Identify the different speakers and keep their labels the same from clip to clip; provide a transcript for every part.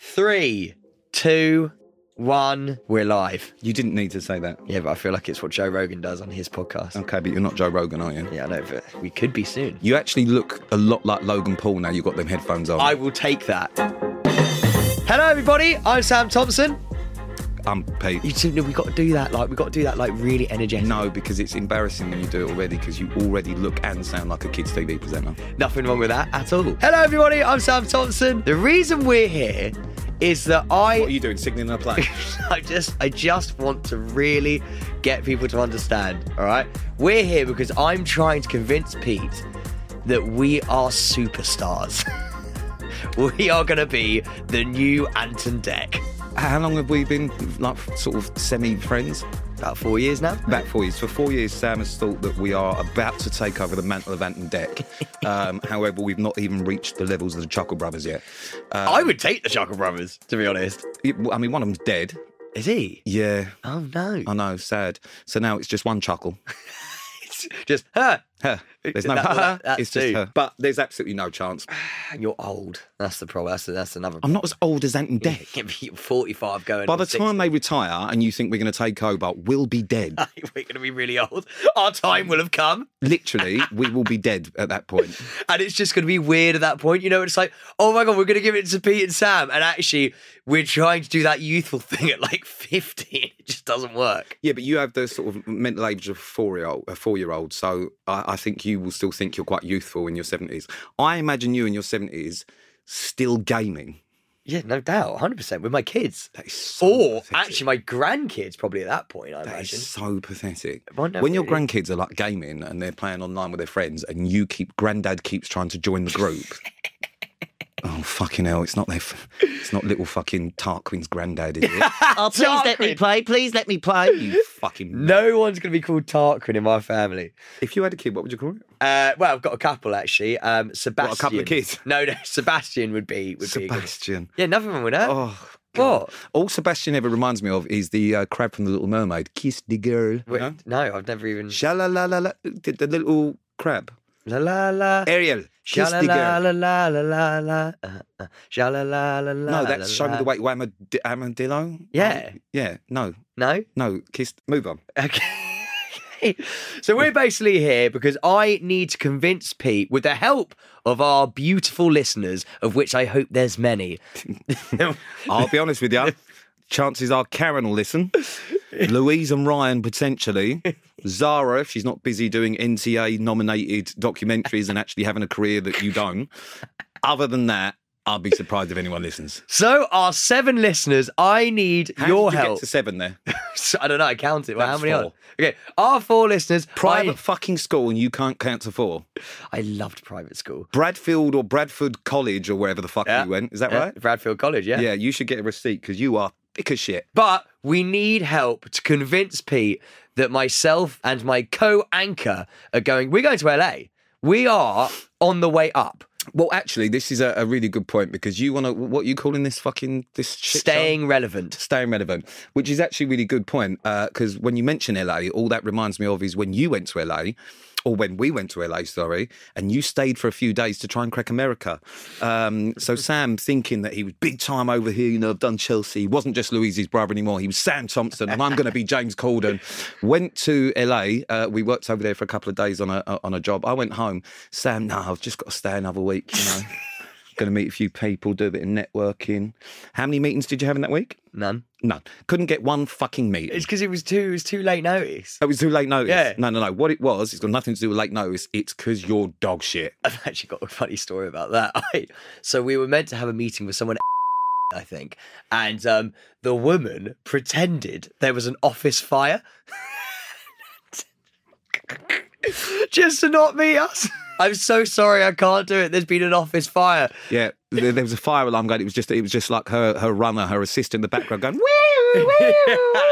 Speaker 1: Three, two, one. We're live.
Speaker 2: You didn't need to say that.
Speaker 1: Yeah, but I feel like it's what Joe Rogan does on his podcast.
Speaker 2: Okay, but you're not Joe Rogan, are you?
Speaker 1: Yeah, I know, but we could be soon.
Speaker 2: You actually look a lot like Logan Paul now you've got them headphones on.
Speaker 1: I will take that. Hello, everybody. I'm Sam Thompson.
Speaker 2: I'm Pete.
Speaker 1: You two, no, we got to do that. Like, we got to do that. Like, really energetic.
Speaker 2: no, because it's embarrassing when you do it already because you already look and sound like a kids' TV presenter.
Speaker 1: Nothing wrong with that at all. Hello, everybody. I'm Sam Thompson. The reason we're here is that I.
Speaker 2: What are you doing, signaling a plane?
Speaker 1: I just I just want to really get people to understand, all right? We're here because I'm trying to convince Pete that we are superstars. we are going to be the new Anton Deck.
Speaker 2: How long have we been like sort of semi-friends?
Speaker 1: About 4 years now.
Speaker 2: About four years. For four years, Sam has thought that we are about to take over the mantle of Anton Deck. Um, however, we've not even reached the levels of the Chuckle Brothers yet. Uh,
Speaker 1: I would take the Chuckle Brothers, to be honest.
Speaker 2: it- I mean, one of them's dead.
Speaker 1: Is he?
Speaker 2: Yeah,
Speaker 1: Oh no.
Speaker 2: I know, sad. So now it's just one chuckle.
Speaker 1: It's just huh,
Speaker 2: Her. There's no
Speaker 1: That-
Speaker 2: her.
Speaker 1: that- that
Speaker 2: it's just
Speaker 1: too.
Speaker 2: her. But there's absolutely no chance.
Speaker 1: and you're old. That's the problem. That's, that's another
Speaker 2: I'm not as old as Anton Deck.
Speaker 1: You're 45 going
Speaker 2: By
Speaker 1: on
Speaker 2: the
Speaker 1: 60.
Speaker 2: time they retire and you think we're going to take over, we'll be dead.
Speaker 1: we're going to be really old. Our time will have come.
Speaker 2: Literally, we will be dead at that point.
Speaker 1: and it's just going to be weird at that point. You know, it's like, oh my god, we're going to give it to Pete and Sam, and actually, we're trying to do that youthful thing at like fifteen. It just doesn't work.
Speaker 2: Yeah, but you have the sort of mental age of four year old, a four year old. So I, I think you will still think you're quite youthful in your 70s. I imagine you in your 70s still gaming.
Speaker 1: Yeah, no doubt, hundred percent with my kids,
Speaker 2: That is so
Speaker 1: or
Speaker 2: pathetic.
Speaker 1: actually my grandkids probably at that point. I
Speaker 2: That
Speaker 1: imagine.
Speaker 2: is so pathetic.
Speaker 1: Well, no,
Speaker 2: when your
Speaker 1: it-
Speaker 2: grandkids are like gaming and they're playing online with their friends, and you keep granddad keeps trying to join the group. oh fucking hell! It's not their. F- it's not little fucking Tarquin's granddad, is it?
Speaker 3: Oh, please let me
Speaker 1: Tarquin.
Speaker 3: play. Please let me play.
Speaker 2: you fucking.
Speaker 1: No one's going to be called Tarquin in my family.
Speaker 2: If you had a kid, what would you call it?
Speaker 1: Uh, well, I've got a couple actually. Um, Sebastian.
Speaker 2: a couple of kids?
Speaker 1: No, no. Sebastian would be would be. A good...
Speaker 2: Sebastian.
Speaker 1: Yeah, nothing wrong with that.
Speaker 2: Oh. God.
Speaker 1: what?
Speaker 2: All Sebastian ever reminds me of is the uh, crab from the Little Mermaid. Kiss the girl.
Speaker 1: Wait,
Speaker 2: No?
Speaker 1: No, I've never even.
Speaker 2: Sha-la-la-la-la. The, the little crab.
Speaker 1: La la la.
Speaker 2: Ariel. Kiss the
Speaker 1: Sha-la-la,
Speaker 2: girl.
Speaker 1: la la la la la. uh, uh, sha-la-la, la la
Speaker 2: No, that's
Speaker 1: la
Speaker 2: Show Me
Speaker 1: la.
Speaker 2: the Way to Amad- Armadillo.
Speaker 1: Yeah.
Speaker 2: Yeah. No.
Speaker 1: No?
Speaker 2: No. Kiss. Move on.
Speaker 1: Okay. so we're basically here because I need to convince Pete, with the help of our beautiful listeners, of which I hope there's many.
Speaker 2: I'll be honest with you. Chances are Karen will listen. Louise and Ryan potentially. Zara, if she's not busy doing NTA nominated documentaries and actually having a career that you don't. Other than that, I'll be surprised if anyone listens.
Speaker 1: So our seven listeners, I need
Speaker 2: How
Speaker 1: your
Speaker 2: did you
Speaker 1: help.
Speaker 2: Get to seven there.
Speaker 1: I don't know, I counted. Well,
Speaker 2: That
Speaker 1: how
Speaker 2: was
Speaker 1: many
Speaker 2: four.
Speaker 1: are? Okay, our four listeners.
Speaker 2: Private
Speaker 1: I,
Speaker 2: fucking school, and you can't count to four.
Speaker 1: I loved private school.
Speaker 2: Bradfield or Bradford College or wherever the fuck
Speaker 1: Yeah.
Speaker 2: you went. Is that
Speaker 1: Yeah,
Speaker 2: right?
Speaker 1: Uh, Bradfield College, yeah.
Speaker 2: Yeah, you should get a receipt because you are thick as shit.
Speaker 1: But we need help to convince Pete that myself and my co anchor are going, we're going to LA. We are on the way up,
Speaker 2: Well, actually, this is a, a really good point because you want to. What are you calling this fucking this shit show?
Speaker 1: staying relevant.
Speaker 2: staying relevant, which is actually a really good point. Because when you mention LA, all that reminds me of is when you went to LA, or when we went to LA, sorry, and you stayed for a few days to try and crack America. Um, so Sam, thinking that he was big time over here, you know, I've done Chelsea, he wasn't just Louise's brother anymore, he was Sam Thompson, and I'm going to be James Corden. Went to LA, uh, we worked over there for a couple of days on a uh, on a job. I went home, Sam, no, I've just got to stay another week, you know. Going to meet a few people, do a bit of networking. How many meetings did you have in that week?
Speaker 1: None.
Speaker 2: None. Couldn't get one fucking meeting.
Speaker 1: It's because it was too it was too late notice.
Speaker 2: it was too late notice.
Speaker 1: Yeah.
Speaker 2: No, no, no. What it was, it's got nothing to do with late notice. It's because you're dog shit.
Speaker 1: I've actually got a funny story about that. I, so we were meant to have a meeting with someone, I think, and um, the woman pretended there was an office fire just to not meet us. I'm so sorry, I can't do it. There's been an office fire.
Speaker 2: Yeah. There, there was a fire alarm going. It was just, it was just like her, her runner, her assistant in the background going, woo, woo, woo.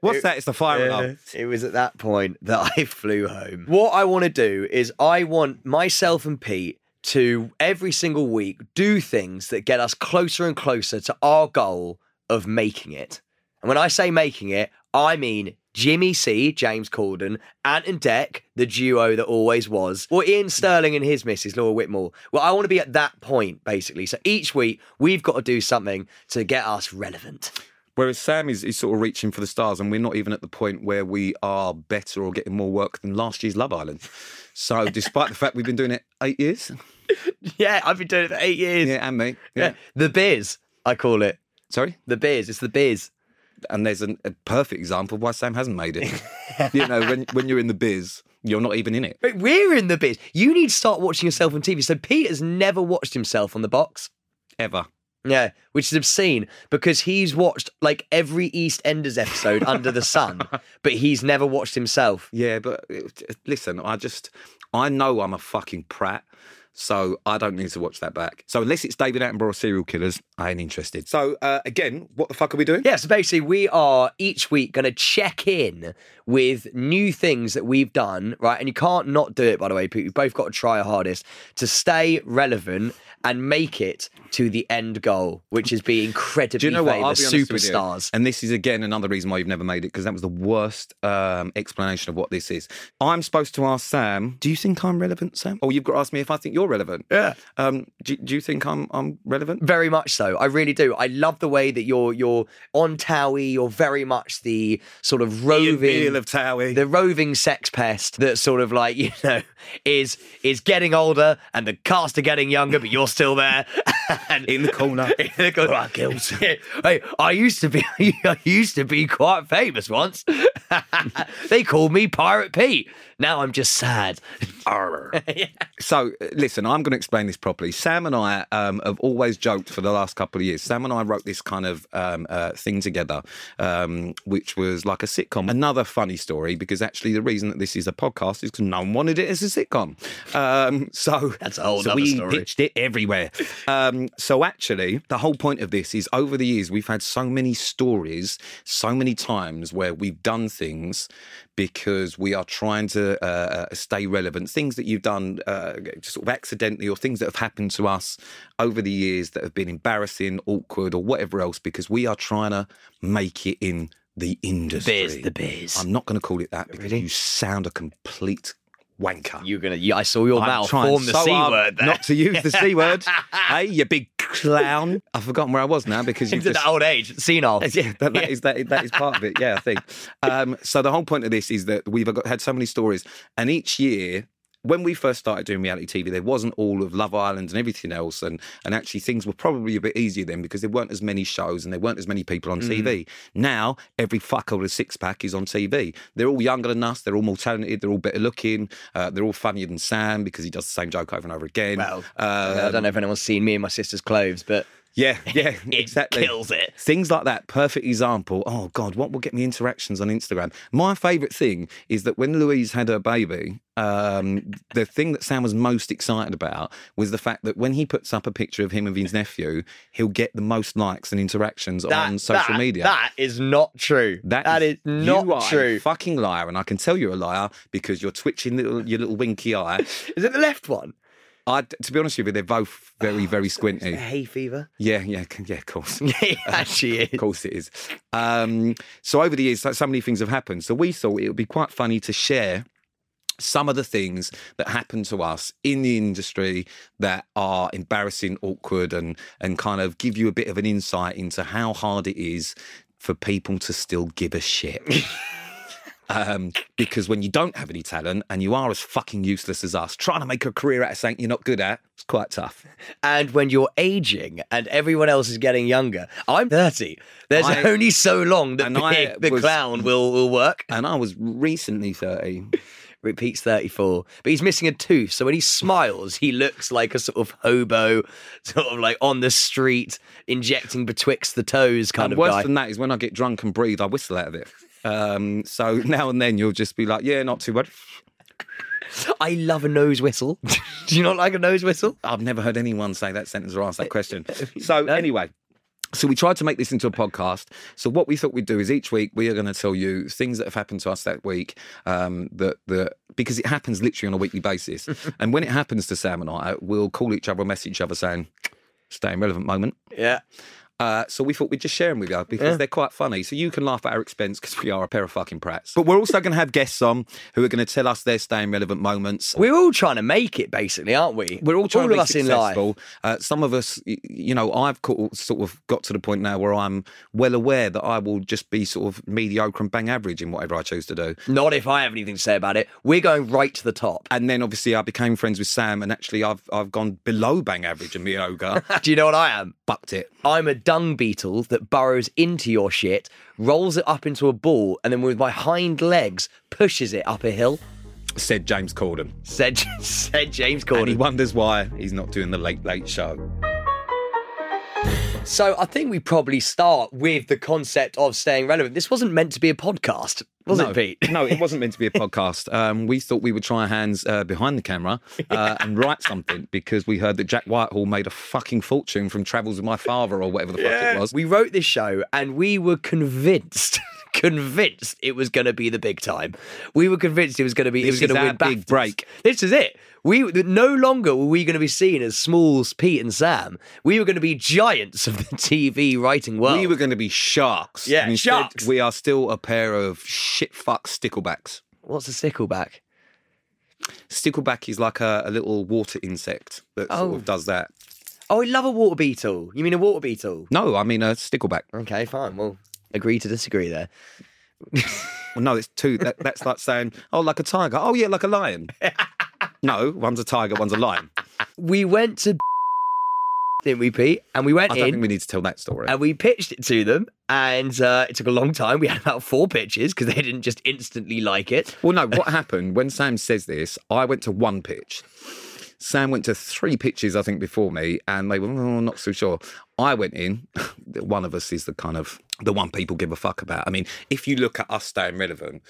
Speaker 2: What's that? It's the fire alarm.
Speaker 1: It was at that point that I flew home. What I want to do is I want myself and Pete to every single week do things that get us closer and closer to our goal of making it. And when I say making it, I mean Jimmy C, James Corden, Ant and Deck, the duo that always was, or Ian Sterling and his missus, Laura Whitmore. Well, I want to be at that point, basically. So each week, we've got to do something to get us relevant.
Speaker 2: Whereas Sam is, is sort of reaching for the stars, and we're not even at the point where we are better or getting more work than last year's Love Island. So, despite the fact we've been doing it eight years,
Speaker 1: Yeah, I've been doing it for eight years.
Speaker 2: yeah, and me, yeah.
Speaker 1: Yeah. The Biz, I call it.
Speaker 2: Sorry,
Speaker 1: The Biz. It's the Biz.
Speaker 2: and there's an, a perfect example of why Sam hasn't made it. you know, when when you're in the biz, you're not even in it.
Speaker 1: But we're in the biz. You need to start watching yourself on TV. So Peter's never watched himself on the box.
Speaker 2: ever.
Speaker 1: Yeah, which is obscene because he's watched like every EastEnders episode under the sun, but he's never watched himself.
Speaker 2: Yeah, but it- listen, I just I know I'm a fucking prat, so I don't need to watch that back. So unless it's David Attenborough or serial killers, I ain't interested. So uh, again, what the fuck are we doing?
Speaker 1: Yeah, so basically, we are each week going to check in with new things that we've done, right? And you can't not do it, by the way, Pete. You've both got to try your hardest to stay relevant and make it to the end goal, which is be incredibly
Speaker 2: Do you know what? I'll
Speaker 1: famous
Speaker 2: be honest with you.
Speaker 1: superstars.
Speaker 2: And this is again another reason why you've never made it because that was the worst um, explanation of what this is. I'm supposed to ask Sam, "Do you think I'm relevant, Sam?" Or Oh, you've got to ask me if I think you're relevant.
Speaker 1: Yeah.
Speaker 2: Um, do, do you think I'm I'm relevant?
Speaker 1: Very much so. I really do. I love the way that you're you're on Towie. You're very much the sort of roving,
Speaker 2: Beale of Towie.
Speaker 1: the roving sex pest that sort of like you know is is getting older and the cast are getting younger, but you're still there. and
Speaker 2: in the corner.
Speaker 1: I hey, I used to be I used to be quite famous once. they called me Pirate Pete. Now I'm just sad.
Speaker 2: So, uh, listen, I'm going to explain this properly. Sam and I um, have always joked for the last couple of years. Sam and I wrote this kind of um, uh, thing together, um, which was like a sitcom. Another funny story, because actually the reason that this is a podcast is because no one wanted it as a sitcom. Um, so
Speaker 1: That's a whole
Speaker 2: so
Speaker 1: nother
Speaker 2: we
Speaker 1: story.
Speaker 2: pitched it everywhere. Um, so actually, the whole point of this is over the years we've had so many stories, so many times where we've done things because we are trying to uh, uh, stay relevant. Things that you've done uh, sort of accidentally, or things that have happened to us over the years that have been embarrassing, awkward, or whatever else, because we are trying to make it in the industry.
Speaker 1: the biz.
Speaker 2: I'm not going to call it that because you sound a complete wanker.
Speaker 1: You're gonna. Yeah, I saw your
Speaker 2: I'm
Speaker 1: mouth
Speaker 2: trying
Speaker 1: form the
Speaker 2: so
Speaker 1: c
Speaker 2: hard
Speaker 1: word. There.
Speaker 2: Not to use the C word. hey, you big clown. I've forgotten where I was now because you've
Speaker 1: Into
Speaker 2: just.
Speaker 1: that old age, senile.
Speaker 2: Yeah, that, that is that, is- that is part of it. Yeah, I think. Um, so the whole point of this is that we've got, had so many stories, and each year, when we first started doing reality TV, there wasn't all of Love Island and everything else, and and actually things were probably a bit easier then because there weren't as many shows and there weren't as many people on TV. Now every fucker with a six pack is on TV. They're all younger than us. They're all more talented. They're all better looking. Uh, they're all funnier than Sam because he does the same joke over and over again.
Speaker 1: Well, uh, I
Speaker 2: Um,
Speaker 1: don't know if anyone's seen me in my sister's clothes, but
Speaker 2: yeah, yeah,
Speaker 1: it
Speaker 2: exactly.
Speaker 1: kills it.
Speaker 2: Things like that, perfect example. Oh God, what will get me interactions on Instagram? My favourite thing is that when Louise had her baby, um, the thing that Sam was most excited about was the fact that when he puts up a picture of him and his nephew, he'll get the most likes and interactions
Speaker 1: That,
Speaker 2: on social
Speaker 1: that-
Speaker 2: media.
Speaker 1: That is not true. that is not
Speaker 2: you are
Speaker 1: true.
Speaker 2: a fucking liar, and I can tell you're a liar because you're twitching little, your little winky eye.
Speaker 1: is it the left one?
Speaker 2: I, to be honest with you, they're both very, very
Speaker 1: The
Speaker 2: squinty.
Speaker 1: hay fever.
Speaker 2: Yeah, yeah, yeah, of course.
Speaker 1: it actually is.
Speaker 2: Of course it is. Um, so over the years, so so many things have happened. So we thought it would be quite funny to share some of the things that happen to us in the industry that are embarrassing, awkward, and and kind of give you a bit of an insight into how hard it is for people to still give a shit. Um, because when you don't have any talent and you are as fucking useless as us, trying to make a career out of something you're not good at, it's quite tough.
Speaker 1: And when you're aging and everyone else is getting younger, I'm 30. There's
Speaker 2: I-
Speaker 1: only so long that
Speaker 2: And I
Speaker 1: Big the
Speaker 2: was-
Speaker 1: clown will, will work.
Speaker 2: And I was recently 30.
Speaker 1: Pete's 34, but he's missing a tooth. So when he smiles, he looks like a sort of hobo, sort of like on the street, injecting betwixt the toes kind
Speaker 2: And
Speaker 1: of
Speaker 2: worse
Speaker 1: guy.
Speaker 2: than that is when I get drunk and breathe, I whistle out of it. Um, so now and then you'll just be like, yeah, not too bad.
Speaker 1: I love a nose whistle. Do you not like a nose whistle?
Speaker 2: I've never heard anyone say that sentence or ask that question. So anyway. So we tried to make this into a podcast. So what we thought we'd do is each week we are going to tell you things that have happened to us that week. Um, that that because it happens literally on a weekly basis, and when it happens to Sam and I, we'll call each other, message each other, saying, "Staying relevant moment."
Speaker 1: Yeah.
Speaker 2: Uh, so we thought we'd just share them with you because they're quite funny. So you can laugh at our expense because we are a pair of fucking prats. But we're also going to have guests on who are going to tell us their staying relevant moments.
Speaker 1: We're all trying to make it, basically, aren't we?
Speaker 2: We're all trying
Speaker 1: all
Speaker 2: to
Speaker 1: of
Speaker 2: be
Speaker 1: us in life.
Speaker 2: successful. Uh, some of us, y- you know, I've co- sort of got to the point now where I'm well aware that I will just be sort of mediocre and bang average in whatever I choose to do.
Speaker 1: Not if I have anything to say about it. We're going right to the top.
Speaker 2: And then obviously I became friends with Sam, and actually I've I've gone below bang average and mediocre.
Speaker 1: Do you know what I am?
Speaker 2: Fucked it.
Speaker 1: I'm a dung beetle that burrows into your shit, rolls it up into a ball, and then with my hind legs pushes it up a hill.
Speaker 2: Said James Corden.
Speaker 1: Said said James
Speaker 2: And he
Speaker 1: Corden.
Speaker 2: wonders why he's not doing the late late show.
Speaker 1: So I think we probably start with the concept of staying relevant. This wasn't meant to be a podcast, was
Speaker 2: no,
Speaker 1: it, Pete?
Speaker 2: no, it wasn't meant to be a podcast. Um, we thought we would try our hands uh, behind the camera uh, and write something because we heard that Jack Whitehall made a fucking fortune from Travels with My Father or whatever the fuck it was.
Speaker 1: We wrote this show and we were convinced, convinced it was going to be the big time. We were convinced it was going to be,
Speaker 2: This
Speaker 1: it was
Speaker 2: is
Speaker 1: going to
Speaker 2: our
Speaker 1: win
Speaker 2: big
Speaker 1: BAFTAs.
Speaker 2: break.
Speaker 1: This is it. We no longer were we going to be seen as Smalls, Pete, and Sam. We were going to be giants of the TV writing world.
Speaker 2: We were going to be sharks.
Speaker 1: Oh. Yeah,
Speaker 2: and instead,
Speaker 1: sharks.
Speaker 2: We are still a pair of shit fuck sticklebacks.
Speaker 1: What's a stickleback?
Speaker 2: Stickleback is like a, a little water insect that
Speaker 1: Oh.
Speaker 2: sort of does that.
Speaker 1: Oh, I love a water beetle. You mean a water beetle?
Speaker 2: No, I mean a stickleback.
Speaker 1: Okay, fine. Well, agree to disagree there.
Speaker 2: Well, no, it's two. That, that's like saying, oh, like a tiger. Oh, yeah, like a lion. no, one's a tiger, one's a lion.
Speaker 1: We went to, didn't we, Pete? And we went
Speaker 2: I don't
Speaker 1: in.
Speaker 2: think we need to tell that story.
Speaker 1: and we pitched it to them and uh, it took a long time we had about four pitches because they didn't just instantly like it
Speaker 2: Well, no, what happened when Sam says this, I went to one pitch. Sam went to three pitches, I think, before me, and they were "Oh, not so sure. I went in. One of us is the kind of the one people give a fuck about. I mean, if you look at us staying relevant,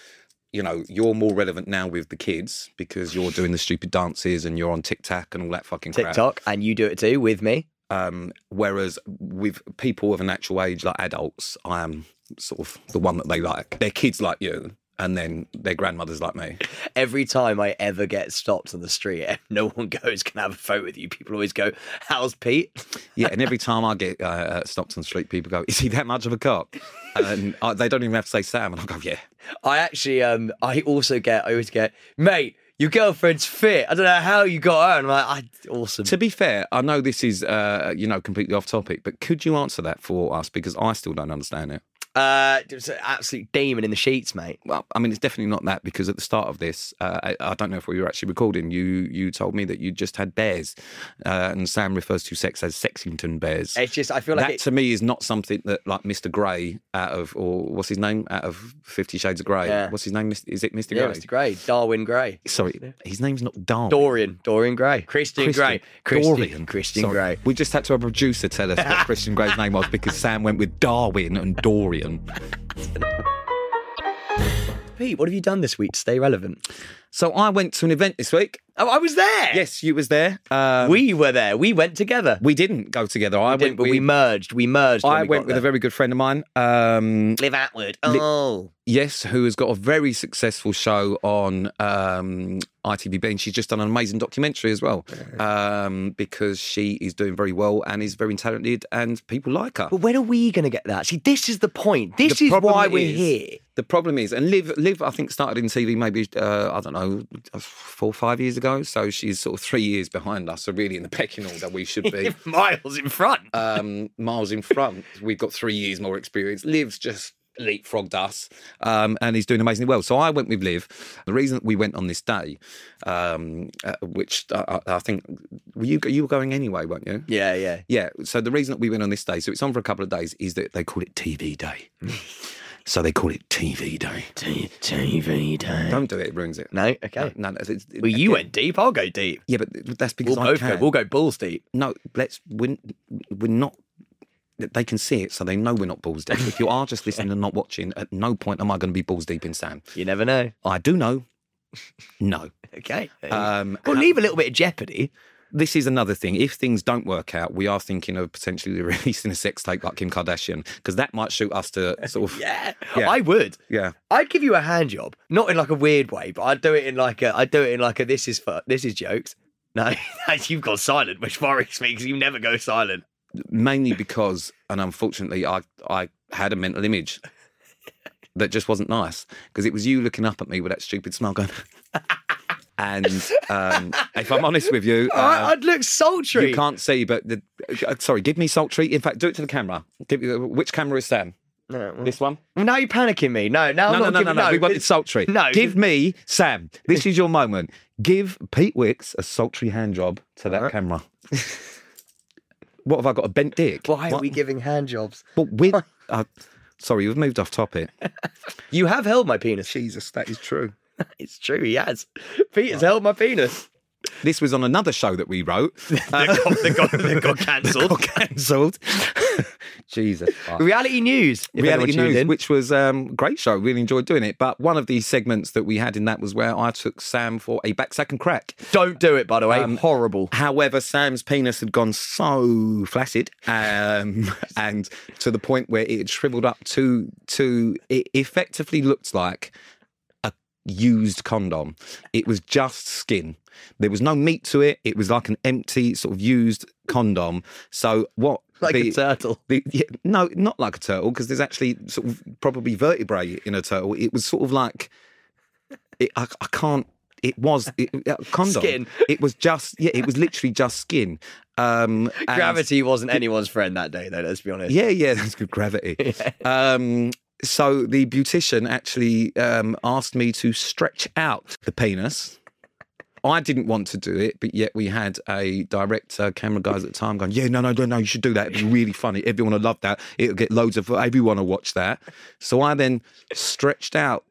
Speaker 2: you know, you're more relevant now with the kids because you're doing the stupid dances and you're on TikTok and all that fucking crap.
Speaker 1: tiktok and you do it too with me
Speaker 2: Um, whereas with people of an actual age, like adults, I am sort of the one that they like. Their kids like you, and then their grandmothers like me.
Speaker 1: every time i ever get stopped on the street no one goes can I have a photo with you people always go how's pete
Speaker 2: Yeah, and every time I get uh, uh, stopped on the street, people go, "Is he that much of a cop?" And I, they don't even have to say Sam, and I go, "Yeah."
Speaker 1: i actually um i also get i always get mate your girlfriend's fit i don't know how you got her and i'm like I, awesome
Speaker 2: To be fair, I know this is uh, you know completely off topic, but could you answer that for us because I still don't understand it.
Speaker 1: uh there's an absolute demon in the sheets mate
Speaker 2: Well, I mean, it's definitely not that because at the start of this, uh, I, I don't know if we were actually recording. You you told me that you just had bears, uh, and Sam refers to sex as Sexington bears.
Speaker 1: it's just i feel like
Speaker 2: That
Speaker 1: it,
Speaker 2: to me is not something that like Mr. Grey out of or what's his name out of Fifty Shades of Grey.
Speaker 1: Yeah.
Speaker 2: What's his name? Mis- Is it Mr.
Speaker 1: yeah,
Speaker 2: Grey?
Speaker 1: Mr. Gray, Darwin Gray.
Speaker 2: Sorry, his name's not Darwin.
Speaker 1: Dorian, Dorian Gray, Christian, Gray, Christian,
Speaker 2: Dorian.
Speaker 1: Christian
Speaker 2: Sorry.
Speaker 1: Gray.
Speaker 2: We just had to have a producer tell us what Christian Gray's name was because Sam went with Darwin and Dorian.
Speaker 1: Pete, what have you done this week to stay relevant?
Speaker 2: So I went to an event this week.
Speaker 1: Oh, I was there.
Speaker 2: Yes, you was there. Um, we
Speaker 1: we were there. We went together.
Speaker 2: we didn't go together. I
Speaker 1: didn't,
Speaker 2: went.
Speaker 1: but we
Speaker 2: with,
Speaker 1: merged. We merged. when
Speaker 2: I
Speaker 1: we
Speaker 2: went
Speaker 1: got
Speaker 2: with a
Speaker 1: there.
Speaker 2: very good friend of mine. Um,
Speaker 1: Live Atwood. Oh,
Speaker 2: yes, who has got a very successful show on um, ITVB, and she's just done an amazing documentary as well um, because she is doing very well and is very talented, and people like her.
Speaker 1: but when are we going to get that? See, this is the point. This
Speaker 2: The
Speaker 1: is
Speaker 2: problem
Speaker 1: why we're
Speaker 2: is-
Speaker 1: here.
Speaker 2: The problem is, and Liv, Liv, I think started in TV maybe uh, I don't know four or five years ago, so she's sort of three years behind us. So really, in the pecking order, we should be
Speaker 1: Miles in front.
Speaker 2: um, miles in front. We've got three years more experience. Liv's just leapfrogged us, um, and he's doing amazingly well. So I went with Liv. The reason that we went on this day, um, uh, which I, I I think were you you were going anyway, weren't you?
Speaker 1: yeah, yeah.
Speaker 2: Yeah. So the reason that we went on this day, so it's on for a couple of days, is that they call it TV Day. so they call it TV Day.
Speaker 1: TV day.
Speaker 2: Don't do it; it ruins it.
Speaker 1: No, okay.
Speaker 2: No, no, it's- it-
Speaker 1: Well, you went deep. I'll go deep.
Speaker 2: Yeah, but that's because
Speaker 1: We'll
Speaker 2: I
Speaker 1: both
Speaker 2: can.
Speaker 1: go. We'll go balls deep.
Speaker 2: No, let's. We're, we're not. They can see it, so they know we're not balls deep. If you are just listening and not watching, at no point am I going to be balls deep in Sam.
Speaker 1: You never know.
Speaker 2: I do know. No.
Speaker 1: Okay. Uh,
Speaker 2: Um,
Speaker 1: well, leave a little bit of jeopardy.
Speaker 2: This is another thing. If things don't work out, we are thinking of potentially releasing a sex tape like Kim Kardashian, because that might shoot us to sort of.
Speaker 1: Yeah,
Speaker 2: Yeah.
Speaker 1: I would.
Speaker 2: Yeah.
Speaker 1: I'd give you a hand job, not in like a weird way, but I'd do it in like a I'd do it in like a this is for this is jokes. No, you've gone silent, which worries me because you never go silent.
Speaker 2: Mainly because and unfortunately, I I had a mental image that just wasn't nice because it was you looking up at me with that stupid smile going. and um, if I'm honest with you,
Speaker 1: All right,
Speaker 2: uh,
Speaker 1: I'd look sultry.
Speaker 2: you can't see, but the, uh, sorry, give me sultry. In fact, do it to the camera. Give, uh, which camera is Sam?
Speaker 1: No, well-
Speaker 2: This one?
Speaker 1: Well, now you're panicking me. No, now
Speaker 2: No,
Speaker 1: I'm
Speaker 2: no,
Speaker 1: not
Speaker 2: no, no,
Speaker 1: giving-
Speaker 2: no. We wanted
Speaker 1: this-
Speaker 2: sultry.
Speaker 1: No,
Speaker 2: give me Sam. This is your moment. Give Pete Wicks a sultry hand job to that camera. what have I got? A bent dick?
Speaker 1: Why are
Speaker 2: What-
Speaker 1: we giving hand jobs?
Speaker 2: But with, uh, sorry, we've moved off topic.
Speaker 1: You have held my penis.
Speaker 2: Jesus, that is true.
Speaker 1: It's true, he has. Peter's held my penis.
Speaker 2: This was on another show that we wrote. Uh,
Speaker 1: They got, they got cancelled.
Speaker 2: Cancelled. Jesus. fuck.
Speaker 1: Reality news. If
Speaker 2: Reality
Speaker 1: anyone tuned
Speaker 2: News,
Speaker 1: in.
Speaker 2: which was um, great show. Really enjoyed doing it. But one of the segments that we had in that was where I took Sam for a back sack and crack.
Speaker 1: Don't do it, by the way. Horrible.
Speaker 2: However, Sam's penis had gone so flaccid, um, and to the point where it had shriveled up to to it effectively looked like a used condom. It was just skin. There was no meat to it. It was like an empty sort of used condom. So what?
Speaker 1: Like
Speaker 2: the-
Speaker 1: a turtle.
Speaker 2: the, yeah, no, not like a turtle, because there's actually sort of probably vertebrae in a turtle. It was sort of like, it, I, I can't. It was it, a condom.
Speaker 1: Skin.
Speaker 2: It was just yeah. It was literally just skin. Um, and-
Speaker 1: Gravity wasn't anyone's friend that day, though, let's be honest.
Speaker 2: yeah, yeah, that's good gravity. Um, so the beautician actually um, asked me to stretch out the penis. I didn't want to do it, but yet we had a director, camera guys at the time going, "Yeah, no, no, no, no, you should do that. It'd be really funny. Everyone would love that. It'll get loads of everyone will watch that." So I then stretched out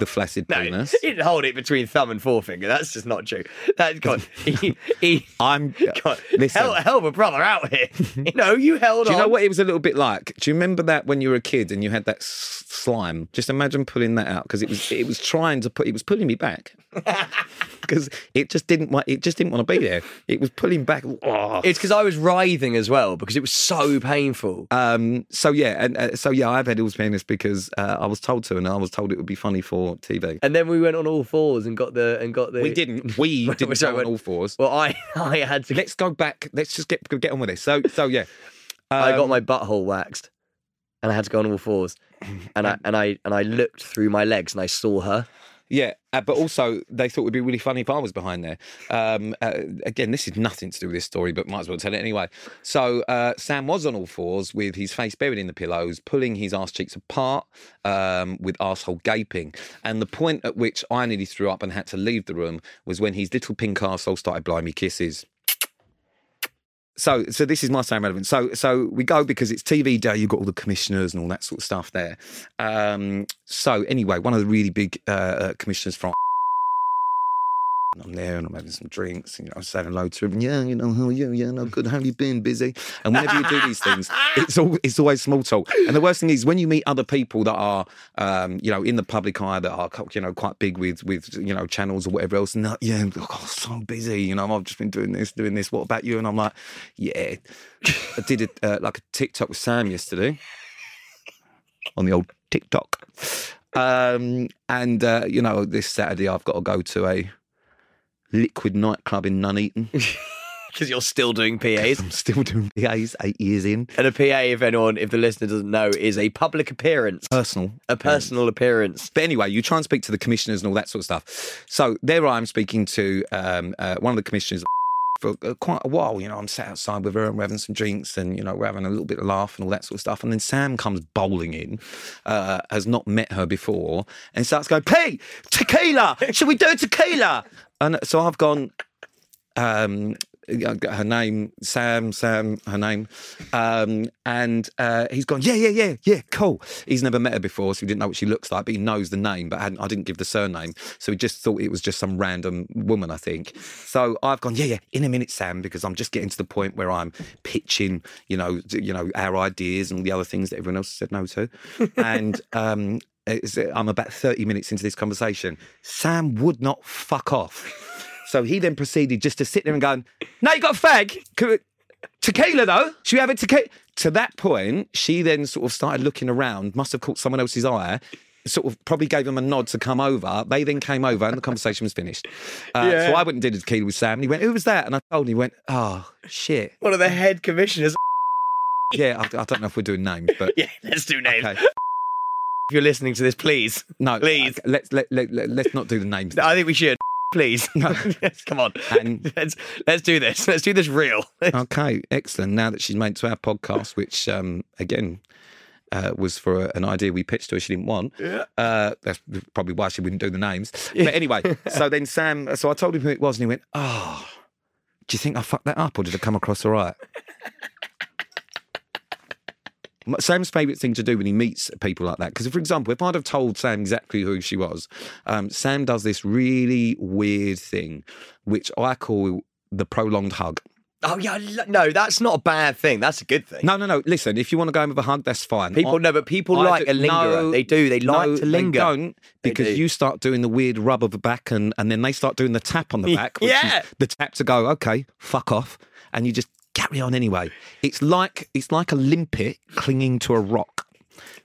Speaker 2: the flaccid
Speaker 1: No,
Speaker 2: penis.
Speaker 1: He didn't hold it between thumb and forefinger. That's just not true. That's God. He, he
Speaker 2: I'm
Speaker 1: God,
Speaker 2: listen.
Speaker 1: held, held a brother out here. You know, you held
Speaker 2: Do you
Speaker 1: on.
Speaker 2: know what it was a little bit like? Do you remember that when you were a kid and you had that s- slime? Just imagine pulling that out because it was it was trying to put it was pulling me back because it just didn't want it just didn't want to be there. It was pulling back. Oh.
Speaker 1: It's because I was writhing as well because it was so painful. Uh,
Speaker 2: Um, so yeah, and uh, so yeah, I've had Hill's penis because uh, I was told to, and I was told it would be funny for TV.
Speaker 1: and then we went on all fours and got the and got the.
Speaker 2: We didn't. We didn't
Speaker 1: Sorry,
Speaker 2: go on
Speaker 1: when-
Speaker 2: all fours.
Speaker 1: Well, I I had to.
Speaker 2: Let's go back. Let's just get get on with this. So so yeah.
Speaker 1: I got
Speaker 2: Um,
Speaker 1: my butthole waxed, and I had to go on all fours, and I and I and I looked through my legs and I saw her.
Speaker 2: Yeah, uh, but also they thought it would be really funny if I was behind there. Um, uh, again, this is nothing to do with this story, but might as well tell it anyway. So uh, Sam was on all fours with his face buried in the pillows, pulling his arse cheeks apart, um, with arsehole gaping. And the point at which I nearly threw up and had to leave the room was when his little pink arsehole started blowing me kisses. So, so this is my Sam relevant. So, so we go because it's TV day. You've got all the commissioners and all that sort of stuff there. Um, so, anyway, one of the really big uh, uh, commissioners from. and I'm there and I'm having some drinks. And, you know, I'm saying hello to him. Yeah, you know, how are you? Yeah, no, good. How have you been? Busy. And whenever you do these things, it's all it's always small talk. And the worst thing is when you meet other people that are, um, you know, in the public eye that are, you know, quite big with with you know channels or whatever else. And they're like, yeah, I'm oh, so busy. You know, I've just been doing this, doing this. What about you? And I'm like, yeah, I did a, uh, like a TikTok with Sam yesterday on the old TikTok. Um, and uh, you know, this Saturday I've got to go to a liquid nightclub in Nuneaton.
Speaker 1: Because you're still doing PAs.
Speaker 2: I'm still doing PAs eight years in.
Speaker 1: And a PA, if anyone, if the listener doesn't know, is a public appearance,
Speaker 2: Personal.
Speaker 1: a personal appearance.
Speaker 2: But anyway, you try and speak to the commissioners and all that sort of stuff. So there I am speaking to um, uh, one of the commissioners for uh, quite a while. You know, I'm sat outside with her and we're having some drinks and, you know, we're having a little bit of laugh and all that sort of stuff. And then Sam comes bowling in, uh, has not met her before, and starts going, Pete, tequila! Should we do tequila? And so I've gone, um, her name, Sam, Sam, her name. Um, and uh, he's gone, yeah, yeah, yeah, yeah, cool. He's never met her before, so he didn't know what she looks like, but he knows the name, but hadn't, I didn't give the surname. So he just thought it was just some random woman, I think. So I've gone, yeah, yeah, in a minute, Sam, because I'm just getting to the point where I'm pitching, you know, d- you know, our ideas and all the other things that everyone else said no to. And um, it's, I'm about 30 minutes into this conversation. Sam would not fuck off. So he then proceeded just to sit there and go, "Now you got a fag, Can we- tequila though. Should we have a tequila?" To that point, she then sort of started looking around, must have caught someone else's eye. Sort of probably gave him a nod to come over. They then came over and the conversation was finished. Uh, So I went and did a tequila with Sam and he went, Who was that? And I told him, he went, Oh, shit.
Speaker 1: One of the head commissioners.
Speaker 2: yeah, I, I don't know if we're doing names, but
Speaker 1: Yeah, let's do names.
Speaker 2: okay.
Speaker 1: If you're listening to this, please.
Speaker 2: No,
Speaker 1: Please.
Speaker 2: okay, Let's let, let, let, let's not do the names.
Speaker 1: I think we should. Please.
Speaker 2: No.
Speaker 1: Yes, Come on.
Speaker 2: And-
Speaker 1: let's let's do this. Let's do this real.
Speaker 2: Okay, excellent. Now that she's made it to our podcast, which um, again uh, was for a, an idea we pitched to her, she didn't want. Yeah. Uh, that's probably why she wouldn't do the names. But anyway, so then Sam, so I told him who it was, and he went, "Oh, do you think I fucked that up, or did I come across all right?" My- Sam's favourite thing to do when he meets people like that, because for example, if I'd have told Sam exactly who she was, um, Sam does this really weird thing, which I call the prolonged hug.
Speaker 1: Oh yeah, I lo- no, that's not a bad thing. That's a good thing.
Speaker 2: No, no, no. Listen, if you want to go in with a hug, that's fine.
Speaker 1: People
Speaker 2: I-
Speaker 1: know, but people
Speaker 2: I
Speaker 1: like
Speaker 2: do-
Speaker 1: a lingerer.
Speaker 2: no,
Speaker 1: they do. They like
Speaker 2: no,
Speaker 1: to linger.
Speaker 2: They don't because
Speaker 1: do.
Speaker 2: you start doing the weird rub of the back, and and then they start doing the tap on the back. Which
Speaker 1: Yeah.
Speaker 2: is the tap to go. Okay, fuck off, and you just carry on anyway. It's like it's like a limpet clinging to a rock.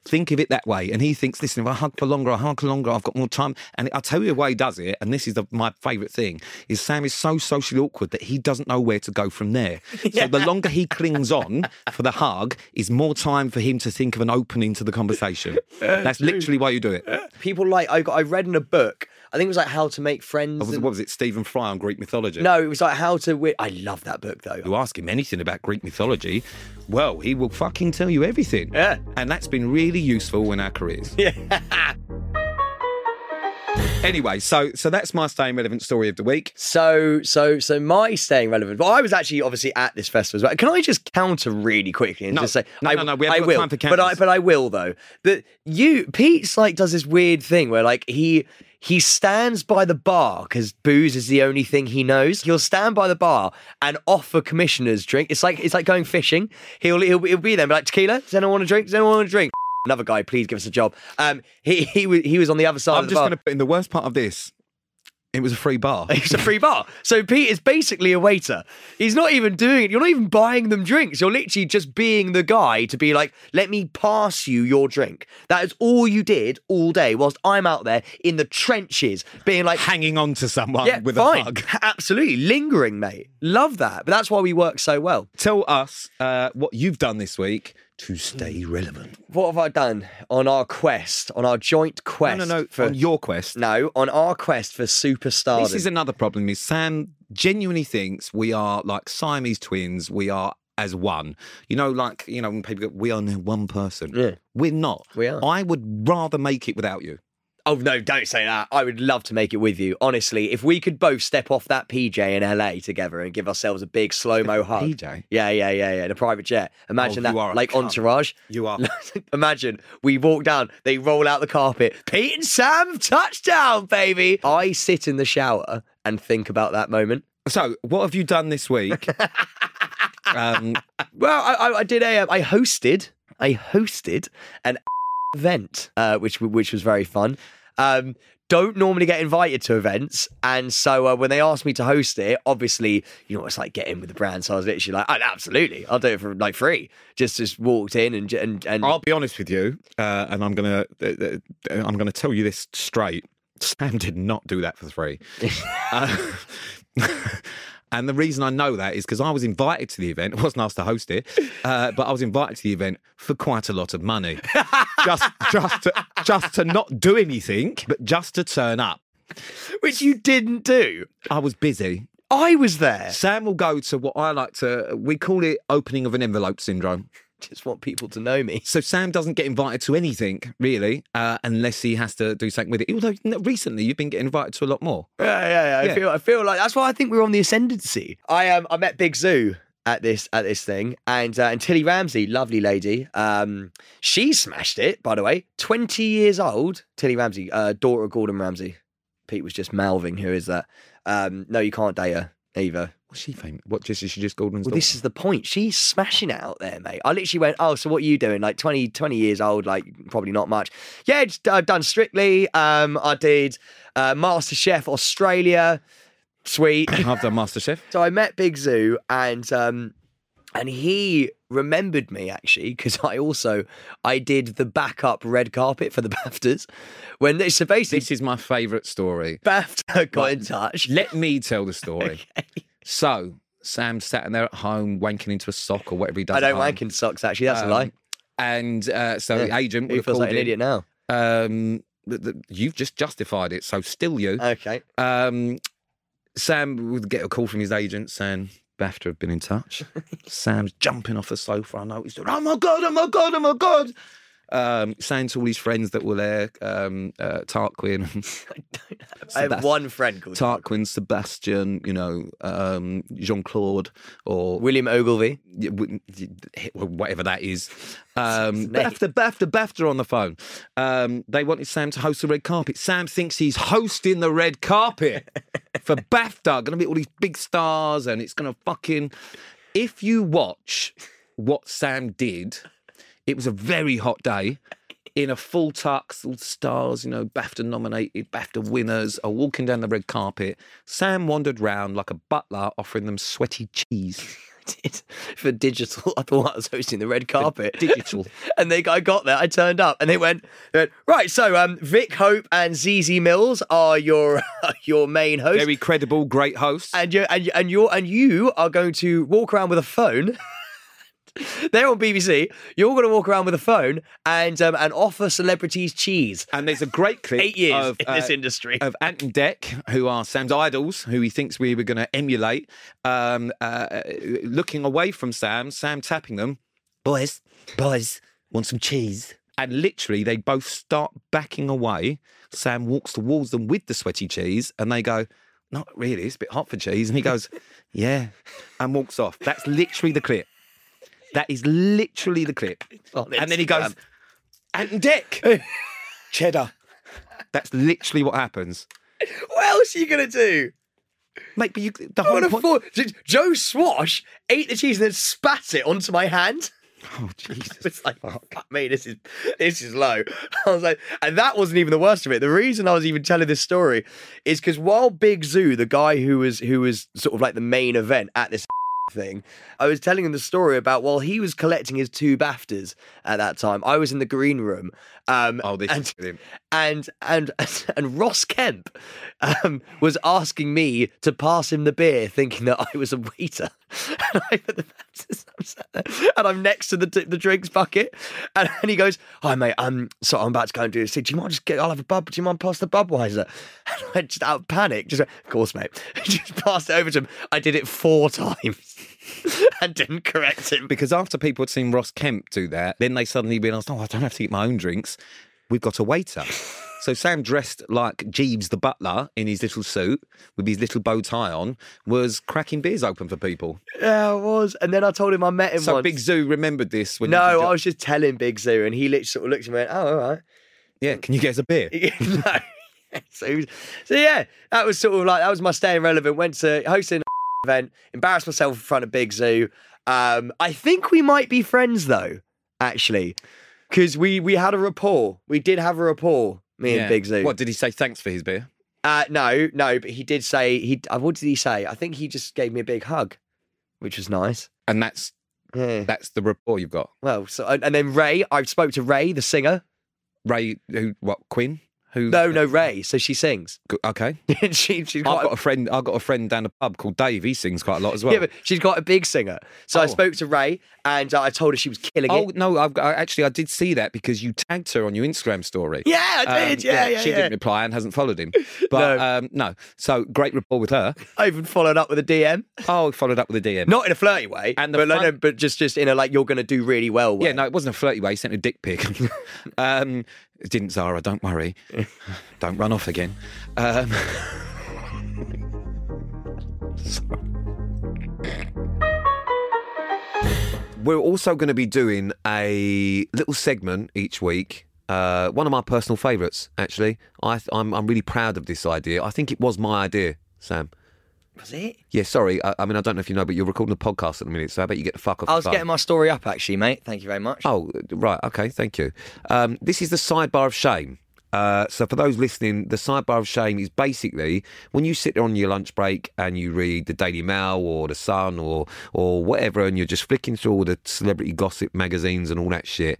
Speaker 2: Think of it that way, and he thinks, "Listen, if I hug for longer, I hug for longer, I've got more time." And I tell you the way he does it, and this is the, my favourite thing: is Sam is so socially awkward that he doesn't know where to go from there. So the longer he clings on for the hug, is more time for him to think of an opening to the conversation. That's literally why you do it.
Speaker 1: People like I got. I read in a book. I think it was like how to make friends.
Speaker 2: What was,
Speaker 1: and-
Speaker 2: what was it? Stephen Fry on Greek mythology.
Speaker 1: no, it was like how to. Win. I love that book though.
Speaker 2: You ask him anything about Greek mythology, well, he will fucking tell you everything.
Speaker 1: Yeah.
Speaker 2: And that's been really useful in our careers. anyway, so so that's my staying relevant story of the week.
Speaker 1: So, so, so my staying relevant. Well, I was actually obviously at this festival as well. Can I just counter really quickly and
Speaker 2: No.
Speaker 1: just say,
Speaker 2: No,
Speaker 1: I,
Speaker 2: no, no, we haven't
Speaker 1: I
Speaker 2: got
Speaker 1: will,
Speaker 2: time for
Speaker 1: but I,
Speaker 2: counters.
Speaker 1: but I will though. That you, Pete's like does this weird thing where like he he stands by the bar because booze is the only thing he knows. He'll stand by the bar and offer commissioners drink. It's like it's like going fishing. He'll he'll, he'll be there, and be like tequila. Does anyone want a drink? Does anyone want a drink? Another guy, please give us a job. Um, he he was he was on the other side
Speaker 2: I'm
Speaker 1: of the
Speaker 2: just
Speaker 1: bar.
Speaker 2: going to put in the worst part of this. It was a free bar.
Speaker 1: It's a free bar. So Pete is basically a waiter. He's not even doing it. You're not even buying them drinks. You're literally just being the guy to be like, let me pass you your drink. That is all you did all day whilst I'm out there in the trenches being like,
Speaker 2: Hanging on to someone
Speaker 1: yeah,
Speaker 2: with
Speaker 1: fine.
Speaker 2: a hug.
Speaker 1: Absolutely. Lingering, mate. Love that. But that's why we work so well.
Speaker 2: Tell us uh, what you've done this week to stay relevant.
Speaker 1: What have I done on our quest, on our joint quest?
Speaker 2: No, no, no.
Speaker 1: For,
Speaker 2: on your quest.
Speaker 1: no, on our quest for superstardom.
Speaker 2: This is another problem. Is Sam genuinely thinks we are like Siamese twins? We are as one. You know, like you know when people go, "We are now one person."
Speaker 1: Yeah.
Speaker 2: we're not.
Speaker 1: We are.
Speaker 2: I would rather make it without you.
Speaker 1: Oh no, don't say that. I would love to make it with you. Honestly, if we could both step off that PJ in LA together and give ourselves a big slow-mo hug.
Speaker 2: PJ?
Speaker 1: Yeah, yeah, yeah, yeah. The private jet. Imagine
Speaker 2: Oh,
Speaker 1: that
Speaker 2: you are a
Speaker 1: like
Speaker 2: cunt.
Speaker 1: entourage.
Speaker 2: You are.
Speaker 1: Imagine we walk down, they roll out the carpet. Pete and Sam, touchdown, baby. I sit in the shower and think about that moment.
Speaker 2: so, what have you done this week? um,
Speaker 1: Well, I, I, I did a. um, I hosted. I hosted an event, uh, which w- which was very fun. Um, don't normally get invited to events, and so uh, when they asked me to host it, obviously, you know, what it's like get in with the brand. So I was literally like, oh, absolutely, I'll do it for like free. Just just walked in and j- and and
Speaker 2: I'll be honest with you, uh, and I'm gonna uh, uh, I'm gonna tell you this straight. Sam did not do that for free. Uh, and the reason I know that is because I was invited to the event. I wasn't asked to host it, uh, but I was invited to the event for quite a lot of money, just just to, just to not do anything, but just to turn up.
Speaker 1: which you didn't do.
Speaker 2: I was busy.
Speaker 1: I was there.
Speaker 2: Sam will go to what I like to we call it opening of an envelope syndrome.
Speaker 1: Just want people to know me.
Speaker 2: So Sam doesn't get invited to anything really, uh, unless he has to do something with it. Although n- recently you've been getting invited to a lot more.
Speaker 1: Yeah, yeah, yeah. I
Speaker 2: Yeah.
Speaker 1: feel, I feel like that's why I think we're on the ascendancy. I um, I met Big Zoo at this at this thing, and uh, and Tilly Ramsey, lovely lady. Um, she smashed it, by the way. Twenty years old, Tilly Ramsey, uh, daughter of Gordon Ramsey. Pete was just mouthing, "Who is that?" Um, no, you can't date her either.
Speaker 2: What's she famous? What just is she just Gordon's
Speaker 1: Well,
Speaker 2: daughter?
Speaker 1: this is the point. She's smashing it out there, mate. I literally went, oh, so what are you doing? Like 20, 20 years old, like probably not much. Yeah, just, I've done Strictly. Um, I did uh, MasterChef Australia. Sweet.
Speaker 2: I've done MasterChef.
Speaker 1: So I met Big Zoo and um and he remembered me actually because I also I did the backup red carpet for the BAFTAs when they so basically
Speaker 2: This is my favourite story.
Speaker 1: BAFTA got
Speaker 2: Right.
Speaker 1: in touch.
Speaker 2: Let me tell the story. So Sam sat in there at home wanking into a sock or whatever he does.
Speaker 1: I
Speaker 2: at
Speaker 1: don't
Speaker 2: home.
Speaker 1: wank in socks, actually. That's a
Speaker 2: Um,
Speaker 1: lie.
Speaker 2: And uh, so the
Speaker 1: Yeah.
Speaker 2: agent would
Speaker 1: Who
Speaker 2: have
Speaker 1: feels
Speaker 2: called
Speaker 1: like an
Speaker 2: in,
Speaker 1: idiot now?
Speaker 2: Um, th- th- you've just justified it, so still you.
Speaker 1: Okay.
Speaker 2: Um, Sam would get a call from his agent saying BAFTA have been in touch. Sam's jumping off the sofa. I know he's doing, oh my God, oh my God, oh my God. Um, saying to all his friends that were there, um, uh, Tarquin,
Speaker 1: I have
Speaker 2: Sebas-
Speaker 1: one friend called
Speaker 2: Tarquin, Sebastian, you know, um, Jean Claude, or
Speaker 1: William Ogilvy.
Speaker 2: yeah, w- y- hit- well, whatever that is. Um,
Speaker 1: name.
Speaker 2: BAFTA, BAFTA, BAFTA on the phone. Um, they wanted Sam to host the red carpet. Sam thinks he's hosting the red carpet for BAFTA. Going to be all these big stars, and it's going to fucking. If you watch what Sam did, it was a very hot day. In a full tux, all the stars, you know, BAFTA nominated, BAFTA winners are walking down the red carpet. Sam wandered round like a butler, offering them sweaty cheese.
Speaker 1: did for digital. I thought I was hosting the red carpet.
Speaker 2: digital.
Speaker 1: and they, I got there. I turned up, and they went, they went, right. So, um, Vic Hope and ZZ Mills are your your main hosts,
Speaker 2: very credible, great host.
Speaker 1: and you and you and you and you are going to walk around with a phone. They're on BBC. You're going to walk around with a phone and um, and offer celebrities cheese.
Speaker 2: And there's a great clip
Speaker 1: Eight years
Speaker 2: of,
Speaker 1: in this
Speaker 2: uh,
Speaker 1: industry.
Speaker 2: of Ant and Deck, who are Sam's idols, who he thinks we were going to emulate, um, uh, looking away from Sam, Sam tapping them, boys, boys, want some cheese? And literally, they both start backing away. Sam walks towards them with the sweaty cheese, and they go, "Not really. It's a bit hot for cheese." And he goes, "Yeah," and walks off. That's literally the clip. That is literally the clip.
Speaker 1: on
Speaker 2: and then he
Speaker 1: Instagram.
Speaker 2: goes, Ant and Dick, cheddar. That's literally what happens,
Speaker 1: What else are you going to do?
Speaker 2: mate. But you,
Speaker 1: I
Speaker 2: the whole
Speaker 1: want
Speaker 2: point.
Speaker 1: Joe Swash ate the cheese and then spat it onto my hand.
Speaker 2: oh Jesus!
Speaker 1: It's like, fuck me, this is this is low. I was like, and that wasn't even the worst of it. The reason I was even telling this story is because while Big Zoo, the guy who was who was sort of like the main event at this thing, I was telling him the story about while he was collecting his two BAFTAs at that time. I was in the green room, um,
Speaker 2: Oh, this
Speaker 1: and
Speaker 2: is brilliant.
Speaker 1: and and and Ross Kemp um, was asking me to pass him the beer, thinking that I was a waiter. And, I, put the Baptist- I'm sat there, and I'm next to the the drinks bucket, and, and he goes, "Hi mate, I'm so I'm about to go and do this. thing. Do you mind just get? I'll have a bub. Do you mind pass the Budweiser?" And I just out of panic, just went, of course, mate. Just passed it over to him. I did it four times and didn't correct him.
Speaker 2: Because after people had seen Ross Kemp do that, then they suddenly realised, oh, I don't have to get my own drinks. We've got a waiter. so Sam, dressed like Jeeves the butler in his little suit with his little bow tie on, was cracking beers open for people.
Speaker 1: Yeah, I was. And then I told him I met him.
Speaker 2: So
Speaker 1: once.
Speaker 2: Big Zoo remembered this. When you did
Speaker 1: no,
Speaker 2: your-
Speaker 1: I was just telling Big Zoo, and he literally sort of looked at me and went, "Oh, all right."
Speaker 2: yeah. Can you get us a beer?
Speaker 1: no. so, he was- so yeah, that was sort of like that was my staying relevant. Went to hosting an event, embarrassed myself in front of Big Zoo. Um, I think we might be friends though, actually, because we we had a rapport. We did have a rapport. Me
Speaker 2: Yeah.
Speaker 1: and Big Zoo.
Speaker 2: What did he say? Thanks for his beer.
Speaker 1: Uh, no, no, but he did say he. uh, What did he say? I think he just gave me a big hug, which was nice.
Speaker 2: And that's
Speaker 1: Yeah.
Speaker 2: that's the rapport you've got.
Speaker 1: Well, so and and then Ray, I spoke to Ray, the singer.
Speaker 2: Ray, who, what, Quinn? Who?
Speaker 1: No, no, Ray. So she sings.
Speaker 2: Go- Okay.
Speaker 1: And she, she's
Speaker 2: I've
Speaker 1: quite a
Speaker 2: got a friend. I've got a friend down the pub called Dave. He sings quite a lot as well.
Speaker 1: Yeah, but she's quite a big singer. So I
Speaker 2: Oh.
Speaker 1: spoke to Ray and uh, I told her she was killing
Speaker 2: oh
Speaker 1: it.
Speaker 2: no! I've got, I- actually I did see that because you tagged her on your Instagram story.
Speaker 1: Yeah, I
Speaker 2: Um,
Speaker 1: did. yeah, yeah,
Speaker 2: She
Speaker 1: yeah.
Speaker 2: didn't reply and hasn't followed him. But
Speaker 1: No.
Speaker 2: um, no. So great rapport with her.
Speaker 1: I even followed up with a DM,
Speaker 2: Oh, followed up with a DM.
Speaker 1: not in a flirty way,
Speaker 2: And the
Speaker 1: but, no,
Speaker 2: fun-
Speaker 1: no, but just just in a like you're going to do really well. Way.
Speaker 2: Yeah, no, it wasn't a flirty way. He sent a dick pic. um, it didn't Zara? Don't worry. don't run off again. Um, Sorry.
Speaker 4: We're also going to be doing a little segment each week. Uh, one of my personal favourites, actually. I th- I'm, I'm really proud of this idea. I think it was my idea, Sam.
Speaker 1: was it?
Speaker 4: Yeah, sorry. I, I mean, I don't know if you know, but you're recording a podcast at the minute, so I bet you get the fuck off.
Speaker 1: I
Speaker 4: the
Speaker 1: was
Speaker 4: phone.
Speaker 1: getting my story up actually, mate. Thank you very much.
Speaker 4: Oh,
Speaker 2: uh,
Speaker 4: right. Okay. Thank you. Um, this is the sidebar of shame. Uh, so, for those listening, the sidebar of shame is basically when you sit on your lunch break and you read the Daily Mail or the Sun or or whatever, and you're just flicking through all the celebrity gossip magazines and all that shit.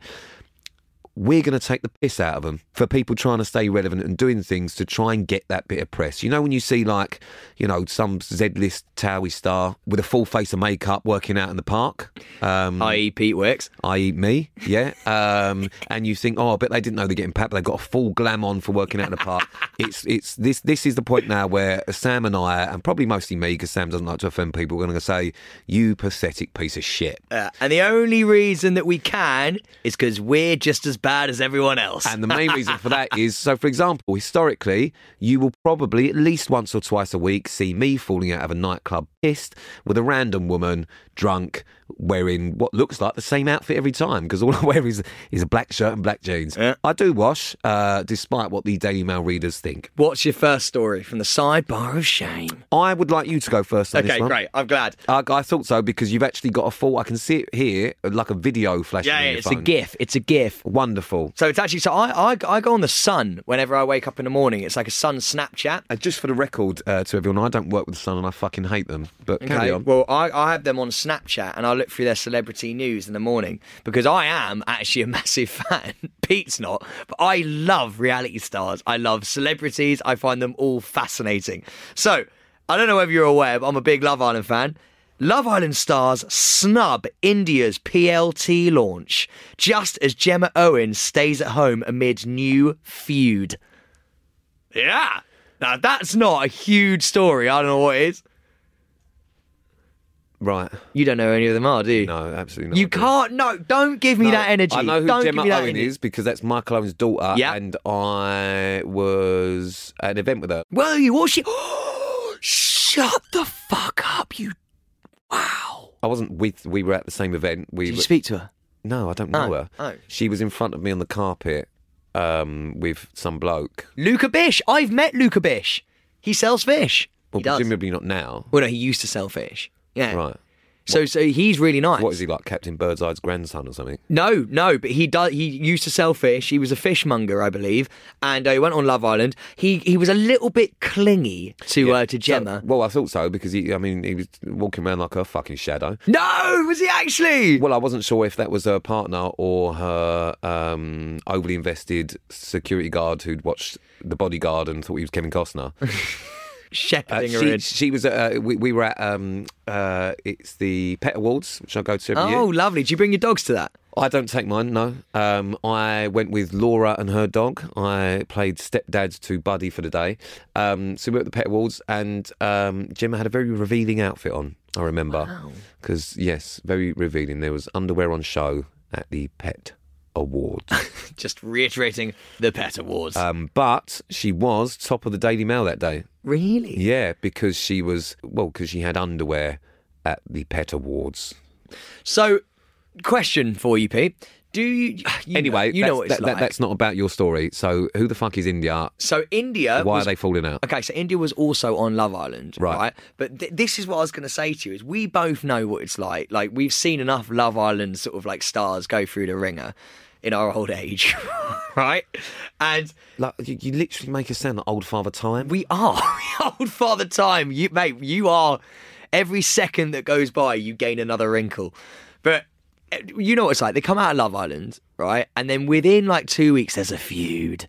Speaker 2: we're going to take the piss out of them for people trying to stay relevant and doing things to try and get that bit of press. You know, when you see like, you know, some Z-list TOWIE star with a full face of makeup working out in the park, um,
Speaker 1: i.e. Pete Wicks.
Speaker 2: i.e. E me, yeah, um, and you think, oh, I bet they didn't know they're getting papped, but they've got a full glam on for working out in the park. it's it's this this is the point now where Sam and I, and probably mostly me, because Sam doesn't like to offend people, we're going to say, you pathetic piece of shit.
Speaker 1: Uh, and the only reason that we can is because we're just as bad as everyone else.
Speaker 2: And the main reason for that is so, for example, historically, you will probably at least once or twice a week see me falling out of a nightclub pissed with a random woman, drunk, wearing what looks like the same outfit every time because all I wear is, is a black shirt and black jeans. I do wash, uh, despite what the Daily Mail readers think.
Speaker 1: What's your first story from the sidebar of shame?
Speaker 2: I would like you to go first on this
Speaker 1: Okay,
Speaker 2: one.
Speaker 1: great. I'm glad.
Speaker 2: I, I thought so because you've actually got a full. I can see it here, like a video flashing.
Speaker 1: Yeah,
Speaker 2: on your
Speaker 1: it's a
Speaker 2: phone.
Speaker 1: gif. It's a gif.
Speaker 2: Wonderful.
Speaker 1: So it's actually so I, I I go on the sun whenever I wake up in the morning. It's like a sun Snapchat.
Speaker 2: Uh, just for the record, uh, to everyone, I don't work with the Sun and I fucking hate them. But carry on.
Speaker 1: Well, I, I have them on Snapchat and I look through their celebrity news in the morning because I am actually a massive fan. Pete's not, but I love reality stars. I love celebrities. I find them all fascinating. So I don't know whether you're aware, but I'm a big Love Island fan. Love Island stars snub India's PLT launch just as Gemma Owen stays at home amid new feud. Yeah. Now that's not a huge story. I don't know what is.
Speaker 2: Right.
Speaker 1: You don't know any of them are, do you?
Speaker 2: No, absolutely not.
Speaker 1: You can't. No, don't give me that energy.
Speaker 2: I know who
Speaker 1: don't
Speaker 2: Gemma
Speaker 1: give me that
Speaker 2: Owen
Speaker 1: energy.
Speaker 2: is because that's Michael Owen's daughter.
Speaker 1: Yeah.
Speaker 2: And I was at an event with her.
Speaker 1: Well, you or she? Shut the fuck up, you.
Speaker 2: I wasn't with, we were at the same event. We
Speaker 1: Did you
Speaker 2: were-
Speaker 1: speak to her?
Speaker 2: No, I don't know
Speaker 1: Oh,
Speaker 2: her.
Speaker 1: oh.
Speaker 2: She was in front of me on the carpet um, with some bloke.
Speaker 1: Luca Bish. I've met Luca Bish. He sells fish.
Speaker 2: Well,
Speaker 1: he does.
Speaker 2: presumably not now.
Speaker 1: Well, no, he used to sell fish. Yeah.
Speaker 2: Right.
Speaker 1: So, so he's really nice.
Speaker 2: What is he like, Captain Birdseye's grandson or something?
Speaker 1: No, no, but he does. He used to sell fish. He was a fishmonger, I believe, and uh, he went on Love Island. He he was a little bit clingy to uh, to Gemma.
Speaker 2: So- well, I thought so because he, I mean, he was walking around like her fucking shadow.
Speaker 1: no, was he actually?
Speaker 2: Well, I wasn't sure if that was her partner or her um, overly invested security guard who'd watched The Bodyguard and thought he was Kevin Costner. Uh,
Speaker 1: Shepherding her
Speaker 2: she,
Speaker 1: in.
Speaker 2: she was. at, Uh, we, we were at. Um, uh, it's the Pet Awards, which I go to every
Speaker 1: Oh,
Speaker 2: year.
Speaker 1: lovely. Do you bring your dogs to that?
Speaker 2: I don't take mine. No. Um, I went with Laura and her dog. I played stepdad to Buddy for the day. Um, so we were at the Pet Awards, and um, Gemma had a very revealing outfit on. I remember because yes, very revealing. There was underwear on show at the Pet Awards.
Speaker 1: Just reiterating the Pet Awards.
Speaker 2: Um, but she was top of the Daily Mail that day.
Speaker 1: really?
Speaker 2: Yeah, because she was well, because she had underwear at the Pet Awards.
Speaker 1: So, question for you, Pete. Do you, you
Speaker 2: Anyway,
Speaker 1: know, you know
Speaker 2: that's-
Speaker 1: what it's
Speaker 2: that- that-
Speaker 1: like?
Speaker 2: that's not about your story. So who the fuck is India?
Speaker 1: so India.
Speaker 2: Why
Speaker 1: was-
Speaker 2: are they falling out?
Speaker 1: Okay, so India was also on Love Island, right?
Speaker 2: Right.
Speaker 1: But th- this is what I was going to say to you: is we both know what it's like. Like we've seen enough Love Island sort of like stars go through the ringer in our old age, right? And
Speaker 2: Like you, you literally make us sound like old father time.
Speaker 1: We are old father time, you mate. You are every second that goes by, you gain another wrinkle. But eh, you know what it's like. They come out of Love Island, right? And then within like two weeks, there's a feud.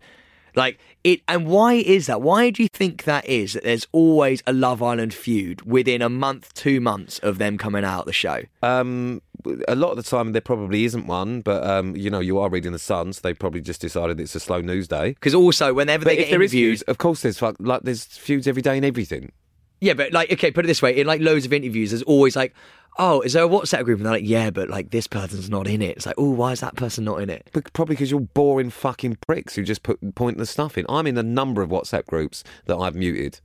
Speaker 1: Like it, and why is that? Why do you think that is? That there's always a Love Island feud within a month, two months of them coming out of the show.
Speaker 2: Um, a lot of the time there probably isn't one, but um, you know you are reading the Sun, so they probably just decided it's a slow news day.
Speaker 1: Because also, whenever they
Speaker 2: But
Speaker 1: get
Speaker 2: if there is
Speaker 1: interviewed,
Speaker 2: feuds, of course there's fuck, like there's feuds every day and everything.
Speaker 1: Yeah, but like, okay, put it this way: in like loads of interviews, there's always like, "Oh, is there a WhatsApp group?" And they're like, "Yeah, but like this person's not in it." It's like, "Oh, why is that person not in it?"
Speaker 2: But probably because you're boring fucking pricks who just put pointless stuff in. I'm in a number of WhatsApp groups that I've muted.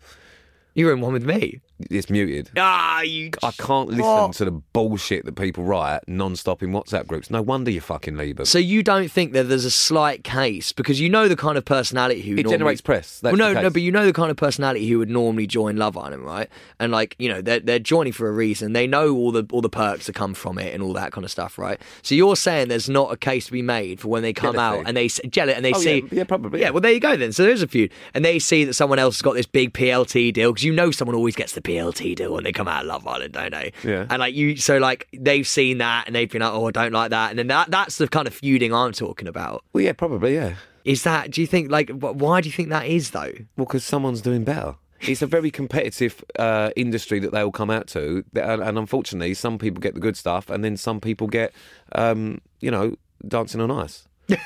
Speaker 1: You're in one with me.
Speaker 2: It's muted.
Speaker 1: Ah, you.
Speaker 2: I can't listen
Speaker 1: What?
Speaker 2: to the bullshit that people write non-stop in WhatsApp groups. No wonder you fucking leave them.
Speaker 1: So you don't think that there's a slight case because you know the kind of personality who
Speaker 2: It
Speaker 1: normally-
Speaker 2: generates press. That's
Speaker 1: well, no,
Speaker 2: the case.
Speaker 1: no, but you know the kind of personality who would normally join Love Island, right? And like, you know, they're they're joining for a reason. They know all the all the perks that come from it and all that kind of stuff, right? So you're saying there's not a case to be made for when they come
Speaker 2: Jealousy.
Speaker 1: out and they s- jealous and they
Speaker 2: Oh,
Speaker 1: see,
Speaker 2: yeah, yeah, probably,
Speaker 1: yeah.
Speaker 2: yeah.
Speaker 1: Well, there you go then. So there's a feud, and they see that someone else has got this big PLT deal because you know someone always gets the BLT do when they come out of Love Island, don't they?
Speaker 2: Yeah.
Speaker 1: And like you, so like they've seen that and they've been like, oh, I don't like that, and then that that's the kind of feuding I'm talking about.
Speaker 2: Well, yeah, probably, yeah.
Speaker 1: Is that? Do you think like wh- why do you think that is though?
Speaker 2: Well, because someone's doing better. It's a very competitive uh, industry that they all come out to, th- and, and unfortunately, some people get the good stuff, and then some people get, um, you know, dancing on ice. you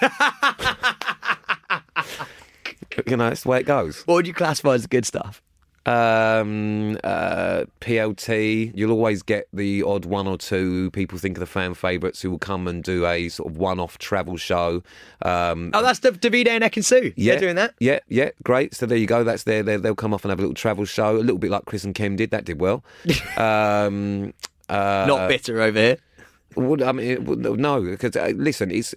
Speaker 2: know, it's the way it goes.
Speaker 1: What would you classify as the good stuff?
Speaker 2: Um, uh, PLT, you'll always get the odd one or two people think of the fan favourites who will come and do a sort of one-off travel show. Um,
Speaker 1: Oh, that's the Davide and Ekin Sue.
Speaker 2: yeah,
Speaker 1: They're doing that.
Speaker 2: Yeah, yeah, great. So there you go. That's their, their they'll come off and have a little travel show, a little bit like Chris and Kim did. That did well. um, uh,
Speaker 1: Not bitter over here.
Speaker 2: would- I mean, it would- no, because uh, listen, it's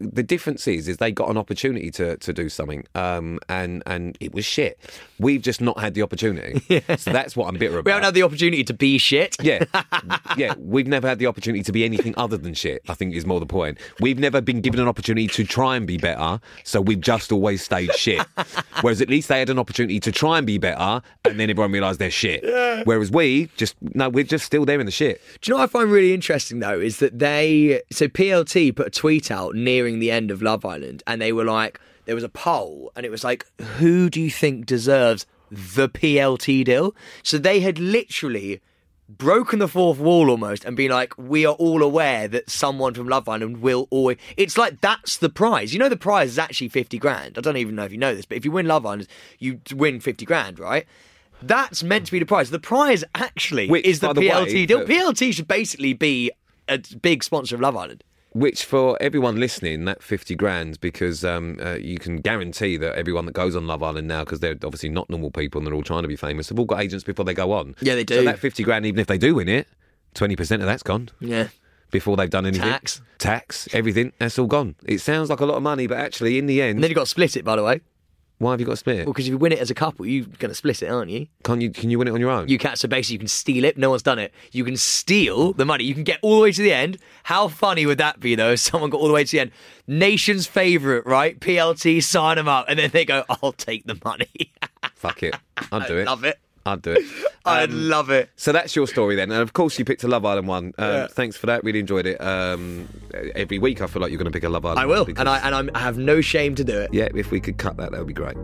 Speaker 2: the difference is is they got an opportunity to to do something, um, and and it was shit. We've just not had the opportunity, so that's what I'm bitter about.
Speaker 1: We haven't had the opportunity to be shit.
Speaker 2: Yeah, yeah. We've never had the opportunity to be anything other than shit. I think is more the point. We've never been given an opportunity to try and be better, so we've just always stayed shit. Whereas at least they had an opportunity to try and be better, and then everyone realised they're shit. Whereas we just no, we're just still there in the shit.
Speaker 1: Do you know what I find really interesting though is that they so PLT put a tweet out nearing the end of Love Island and they were like there was a poll and it was like who do you think deserves the PLT deal? So they had literally broken the fourth wall almost and been like we are all aware that someone from Love Island will always it's like that's the prize. You know the prize is actually 50 grand. I don't even know if you know this, but if you win Love Island you win 50 grand, right? That's meant to be the prize. The prize actually
Speaker 2: Which,
Speaker 1: is the
Speaker 2: by the way,
Speaker 1: PLT deal.
Speaker 2: the-
Speaker 1: PLT should basically be a big sponsor of Love Island.
Speaker 2: Which for everyone listening, that fifty grand because um, uh, you can guarantee that everyone that goes on Love Island now, because they're obviously not normal people and they're all trying to be famous, have all got agents before they go on.
Speaker 1: Yeah, they do.
Speaker 2: So that fifty grand, even if they do win it, twenty percent of that's gone.
Speaker 1: Yeah.
Speaker 2: before they've done anything.
Speaker 1: Tax.
Speaker 2: Tax, everything. That's all gone. It sounds like a lot of money, but actually, in the
Speaker 1: And
Speaker 2: end,
Speaker 1: then you've got to split it, by the way.
Speaker 2: why have you got to split it?
Speaker 1: Well, because if you win it as a couple, you're going to split it, aren't you?
Speaker 2: Can't you, can you win it on your own?
Speaker 1: You can, so basically, you can steal it. No one's done it. You can steal the money. You can get all the way to the end. How funny would that be, though, if someone got all the way to the end? Nation's favourite, right? PLT, sign them up. And then they go, I'll take the money.
Speaker 2: Fuck it. I'd do
Speaker 1: I
Speaker 2: it. Um,
Speaker 1: love it.
Speaker 2: I'd do it.
Speaker 1: I'd love it.
Speaker 2: So that's your story then. And of course, you picked a Love Island one. Um, Thanks for that. Really enjoyed it. Um, every week, I feel like you're going to pick a Love Island
Speaker 1: I will.
Speaker 2: one because-
Speaker 1: And, I, and I'm, I have no shame to do it.
Speaker 2: Yeah, if we could cut that, that would be great.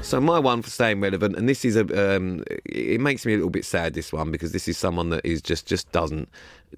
Speaker 2: So my one for staying relevant, and this is a, um, it makes me a little bit sad. This one because this is someone that is just just doesn't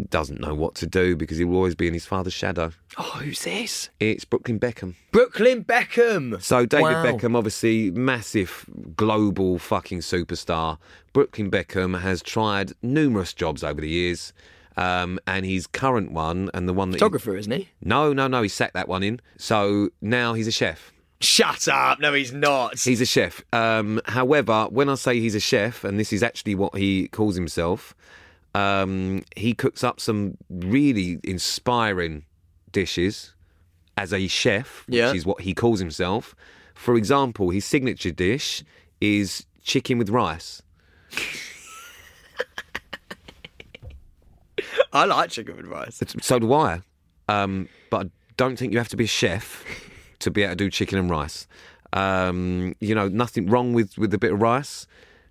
Speaker 2: doesn't know what to do because he will always be in his father's shadow.
Speaker 1: Oh, who's this?
Speaker 2: It's Brooklyn Beckham.
Speaker 1: Brooklyn Beckham.
Speaker 2: So David
Speaker 1: Wow.
Speaker 2: Beckham, obviously massive global fucking superstar. Brooklyn Beckham has tried numerous jobs over the years, um, and his current one and the one that he-
Speaker 1: Photographer, isn't he?
Speaker 2: no, no, no, he sacked that one in. So now he's a chef.
Speaker 1: Shut up. No, he's not.
Speaker 2: He's a chef. Um, however, when I say he's a chef, and this is actually what he calls himself, um, he cooks up some really inspiring dishes as a chef, which
Speaker 1: Yeah.
Speaker 2: is what he calls himself. For example, his signature dish is chicken with rice.
Speaker 1: I like chicken with rice.
Speaker 2: So do I. Um, but I don't think you have to be a chef to be able to do chicken and rice. Um, you know, nothing wrong with, with a bit of rice.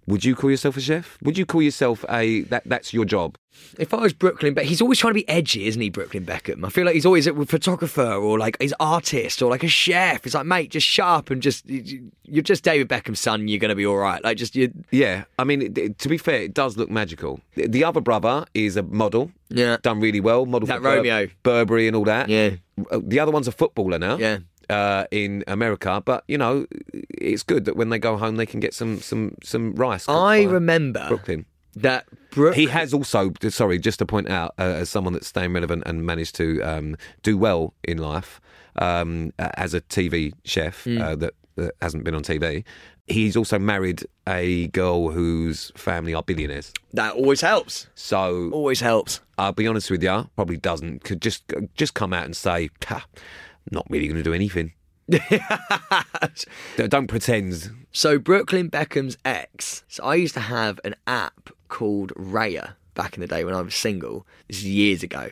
Speaker 2: Would you call yourself a chef? Would you call yourself a that that's your job?
Speaker 1: If I was Brooklyn, but he's always trying to be edgy, isn't he, Brooklyn Beckham? I feel like he's always a photographer or like he's artist or like a chef. It's like, mate, just shut up and just you're just David Beckham's son. You're gonna be all right. Like, just you.
Speaker 2: Yeah, I mean, it- it- to be fair, it does look magical. The- The other brother is a model.
Speaker 1: Yeah.
Speaker 2: done really well. Model
Speaker 1: That
Speaker 2: for Bur-
Speaker 1: Romeo.
Speaker 2: Burberry and all that.
Speaker 1: Yeah.
Speaker 2: Uh, the other one's a footballer now.
Speaker 1: Yeah.
Speaker 2: Uh, in America, but you know, it's good that when they go home, they can get some some some rice. cooked
Speaker 1: I
Speaker 2: by
Speaker 1: remember
Speaker 2: Brooklyn.
Speaker 1: that Brook.
Speaker 2: He has also, sorry, just to point out, uh, as someone that's staying relevant and managed to um, do well in life um, uh, as a TV chef
Speaker 4: Hmm.
Speaker 2: uh, that, that hasn't been on TV, he's also married a girl whose family are billionaires.
Speaker 1: that always helps.
Speaker 2: So
Speaker 1: Always helps.
Speaker 2: I'll be honest with you, probably doesn't. Could just just come out and say, "Ha, not really going to do anything. D- Don't pretend.
Speaker 1: So Brooklyn Beckham's ex. So I used to have an app called Raya back in the day when I was single. This is years ago,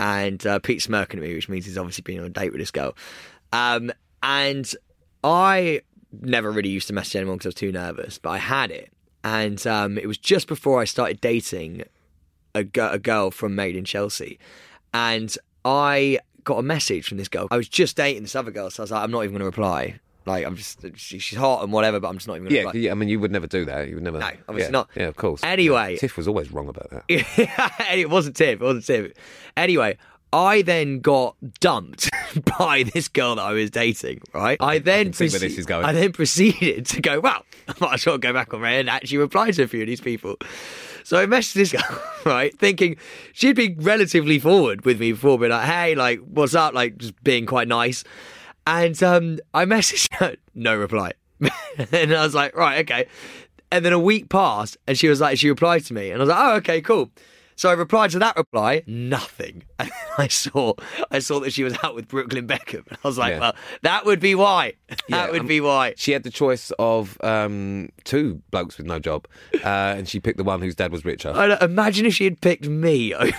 Speaker 1: and uh, Pete's smirking at me, which means he's obviously been on a date with this girl. Um, and I never really used to message anyone because I was too nervous, but I had it, and um, it was just before I started dating a, gi- a girl from Made in Chelsea, and I got a message from this girl. I was just dating this other girl, so I was like, I'm not even going to reply. Like, I'm just she, she's hot and whatever, but I'm just not even going to
Speaker 4: Yeah,
Speaker 1: reply.
Speaker 4: yeah, I mean, you would never do that. You would never.
Speaker 1: No, obviously
Speaker 4: yeah,
Speaker 1: not.
Speaker 4: Yeah, of course.
Speaker 1: Anyway.
Speaker 4: Tiff was always wrong about that.
Speaker 1: and it wasn't Tiff. It wasn't Tiff. Anyway, I then got dumped by this girl that I was dating. Right. I then
Speaker 4: see where
Speaker 1: proce-
Speaker 4: this is going.
Speaker 1: I then proceeded to go. Well, I might as well go back on Reddit and actually reply to a few of these people. So I messaged this girl, right, thinking she'd be relatively forward with me before, being like, "Hey, like, what's up?" Like, just being quite nice. And um, I messaged her, no reply. and I was like, right, okay. And then a week passed and she was like, she replied to me. And I was like, oh, okay, cool. So I replied to that reply, nothing. And then I saw I saw that she was out with Brooklyn Beckham. And I was like,
Speaker 4: Yeah.
Speaker 1: well, that would be why. That
Speaker 4: Yeah,
Speaker 1: would
Speaker 4: um,
Speaker 1: be why.
Speaker 4: She had the choice of um, two blokes with no job, uh, and she picked the one whose dad was richer.
Speaker 1: I don't- uh, imagine if she had picked me over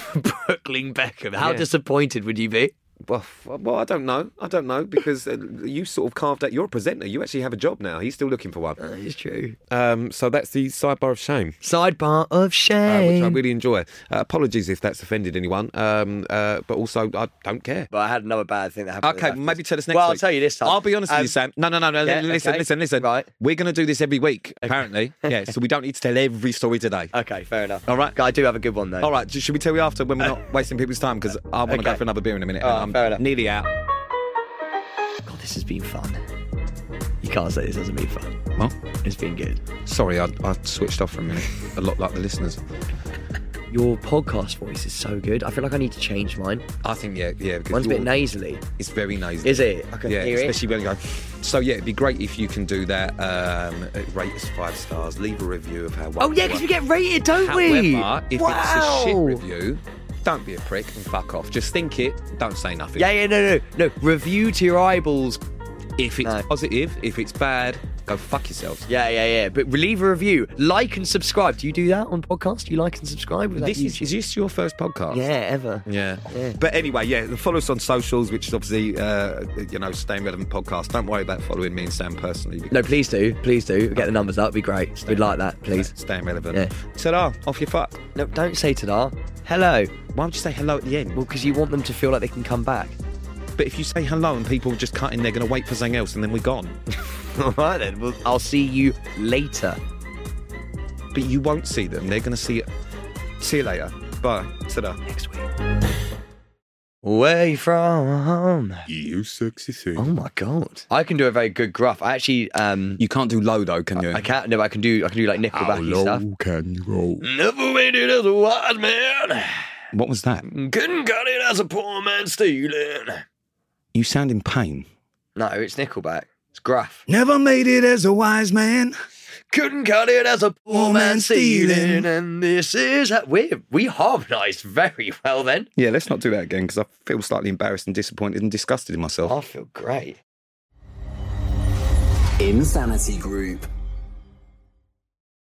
Speaker 1: Brooklyn Beckham. How
Speaker 4: Yeah.
Speaker 1: disappointed would you be?
Speaker 4: Well, f- well, I don't know. I don't know because uh, you sort of carved out. You're a presenter. You actually have a job now. He's still looking for one.
Speaker 1: That is true.
Speaker 4: Um, so that's the sidebar of shame.
Speaker 1: Sidebar of
Speaker 4: Uh, which
Speaker 1: shame.
Speaker 4: I really enjoy. Uh, apologies if that's offended anyone, um, uh, but also I don't care.
Speaker 1: but I had another bad thing that happened.
Speaker 2: Okay,
Speaker 1: in that
Speaker 2: maybe
Speaker 1: first-
Speaker 2: tell us next
Speaker 1: Well,
Speaker 2: week.
Speaker 1: I'll tell you this time.
Speaker 2: I'll be honest with
Speaker 1: Um,
Speaker 2: you, Sam. No, no, no, no.
Speaker 1: yeah,
Speaker 2: listen,
Speaker 1: okay.
Speaker 2: listen, listen.
Speaker 1: Right.
Speaker 2: We're going to do this every week, apparently. yeah, so we don't need to tell every story today.
Speaker 1: Okay, fair enough.
Speaker 2: All right.
Speaker 1: I do have a good one though.
Speaker 2: All right, j- should we tell you after when we're not wasting people's time? Because I want to go
Speaker 1: Okay.
Speaker 2: for another beer in a minute.
Speaker 1: All right,
Speaker 2: I'm
Speaker 1: fair enough.
Speaker 2: nearly out.
Speaker 1: God, this has been fun. You can't say this hasn't been fun.
Speaker 2: Well,
Speaker 1: It's been good.
Speaker 2: sorry, I, I switched off for a minute. A lot like the listeners.
Speaker 1: Your podcast voice is so good. I feel like I need to change mine.
Speaker 2: I think, yeah, yeah. Because
Speaker 1: Mine's a bit
Speaker 2: you're-
Speaker 1: nasally.
Speaker 2: It's very nasally.
Speaker 1: Is it? I can
Speaker 2: Yeah,
Speaker 1: hear
Speaker 2: especially when you go. So yeah, it'd be great if you can do that. Um, rate us five stars. Leave a review of how.
Speaker 1: it. Oh yeah, because we get rated, don't we?
Speaker 2: However, if
Speaker 1: wow.
Speaker 2: it's a shit review, don't be a prick and fuck off. Just think it. Don't say nothing.
Speaker 1: Yeah, yeah, no, no, no. Review to your eyeballs.
Speaker 2: If it's
Speaker 1: No.
Speaker 2: positive, if it's bad, go fuck yourselves.
Speaker 1: Yeah, yeah, yeah. But leave a review, like and subscribe. Do you do that on podcasts? Do you like and subscribe? With
Speaker 2: This
Speaker 1: that
Speaker 2: is, is this your first podcast?
Speaker 1: yeah, ever.
Speaker 2: Yeah. But anyway, yeah, follow us on socials, which is obviously, uh, you know, Staying Relevant Podcast. Don't worry about following me and Sam personally. Because
Speaker 1: No, please do, please do. Get the numbers up. Be great. We'd like that, please.
Speaker 2: Staying Relevant.
Speaker 1: Yeah.
Speaker 2: Ta-da, off your fuck.
Speaker 1: No, don't say ta Hello.
Speaker 2: Why would you say hello at the end?
Speaker 1: Well, because you want them to feel like they can come back.
Speaker 2: But if you say hello and people just cut in, they're going to wait for something else and then we're gone.
Speaker 1: All right then. Well, I'll see you later.
Speaker 2: but you won't see them. They're going to see it. See you later. Bye. Ta-da.
Speaker 1: next week. Where you from?
Speaker 5: You sexy thing.
Speaker 1: Oh my god! I can do a very good gruff. I actually, um,
Speaker 2: You can't do low, though, can you?
Speaker 1: I can't. No, I can do. I can do like
Speaker 5: How
Speaker 1: Nickelback
Speaker 5: low
Speaker 1: stuff.
Speaker 5: can you go?
Speaker 1: Never made it as a wise man.
Speaker 2: What was that?
Speaker 1: Couldn't cut it as a poor man stealing.
Speaker 2: You sound in pain.
Speaker 1: No, it's Nickelback. It's gruff.
Speaker 2: Never made it as a wise man.
Speaker 1: Couldn't cut it as a poor
Speaker 2: Poor
Speaker 1: man
Speaker 2: man
Speaker 1: stealing.
Speaker 2: stealing.
Speaker 1: And this is how we we harmonised very well then.
Speaker 2: Yeah, let's not do that again because I feel slightly embarrassed and disappointed and disgusted in myself.
Speaker 1: I feel great.
Speaker 6: Insanity Group.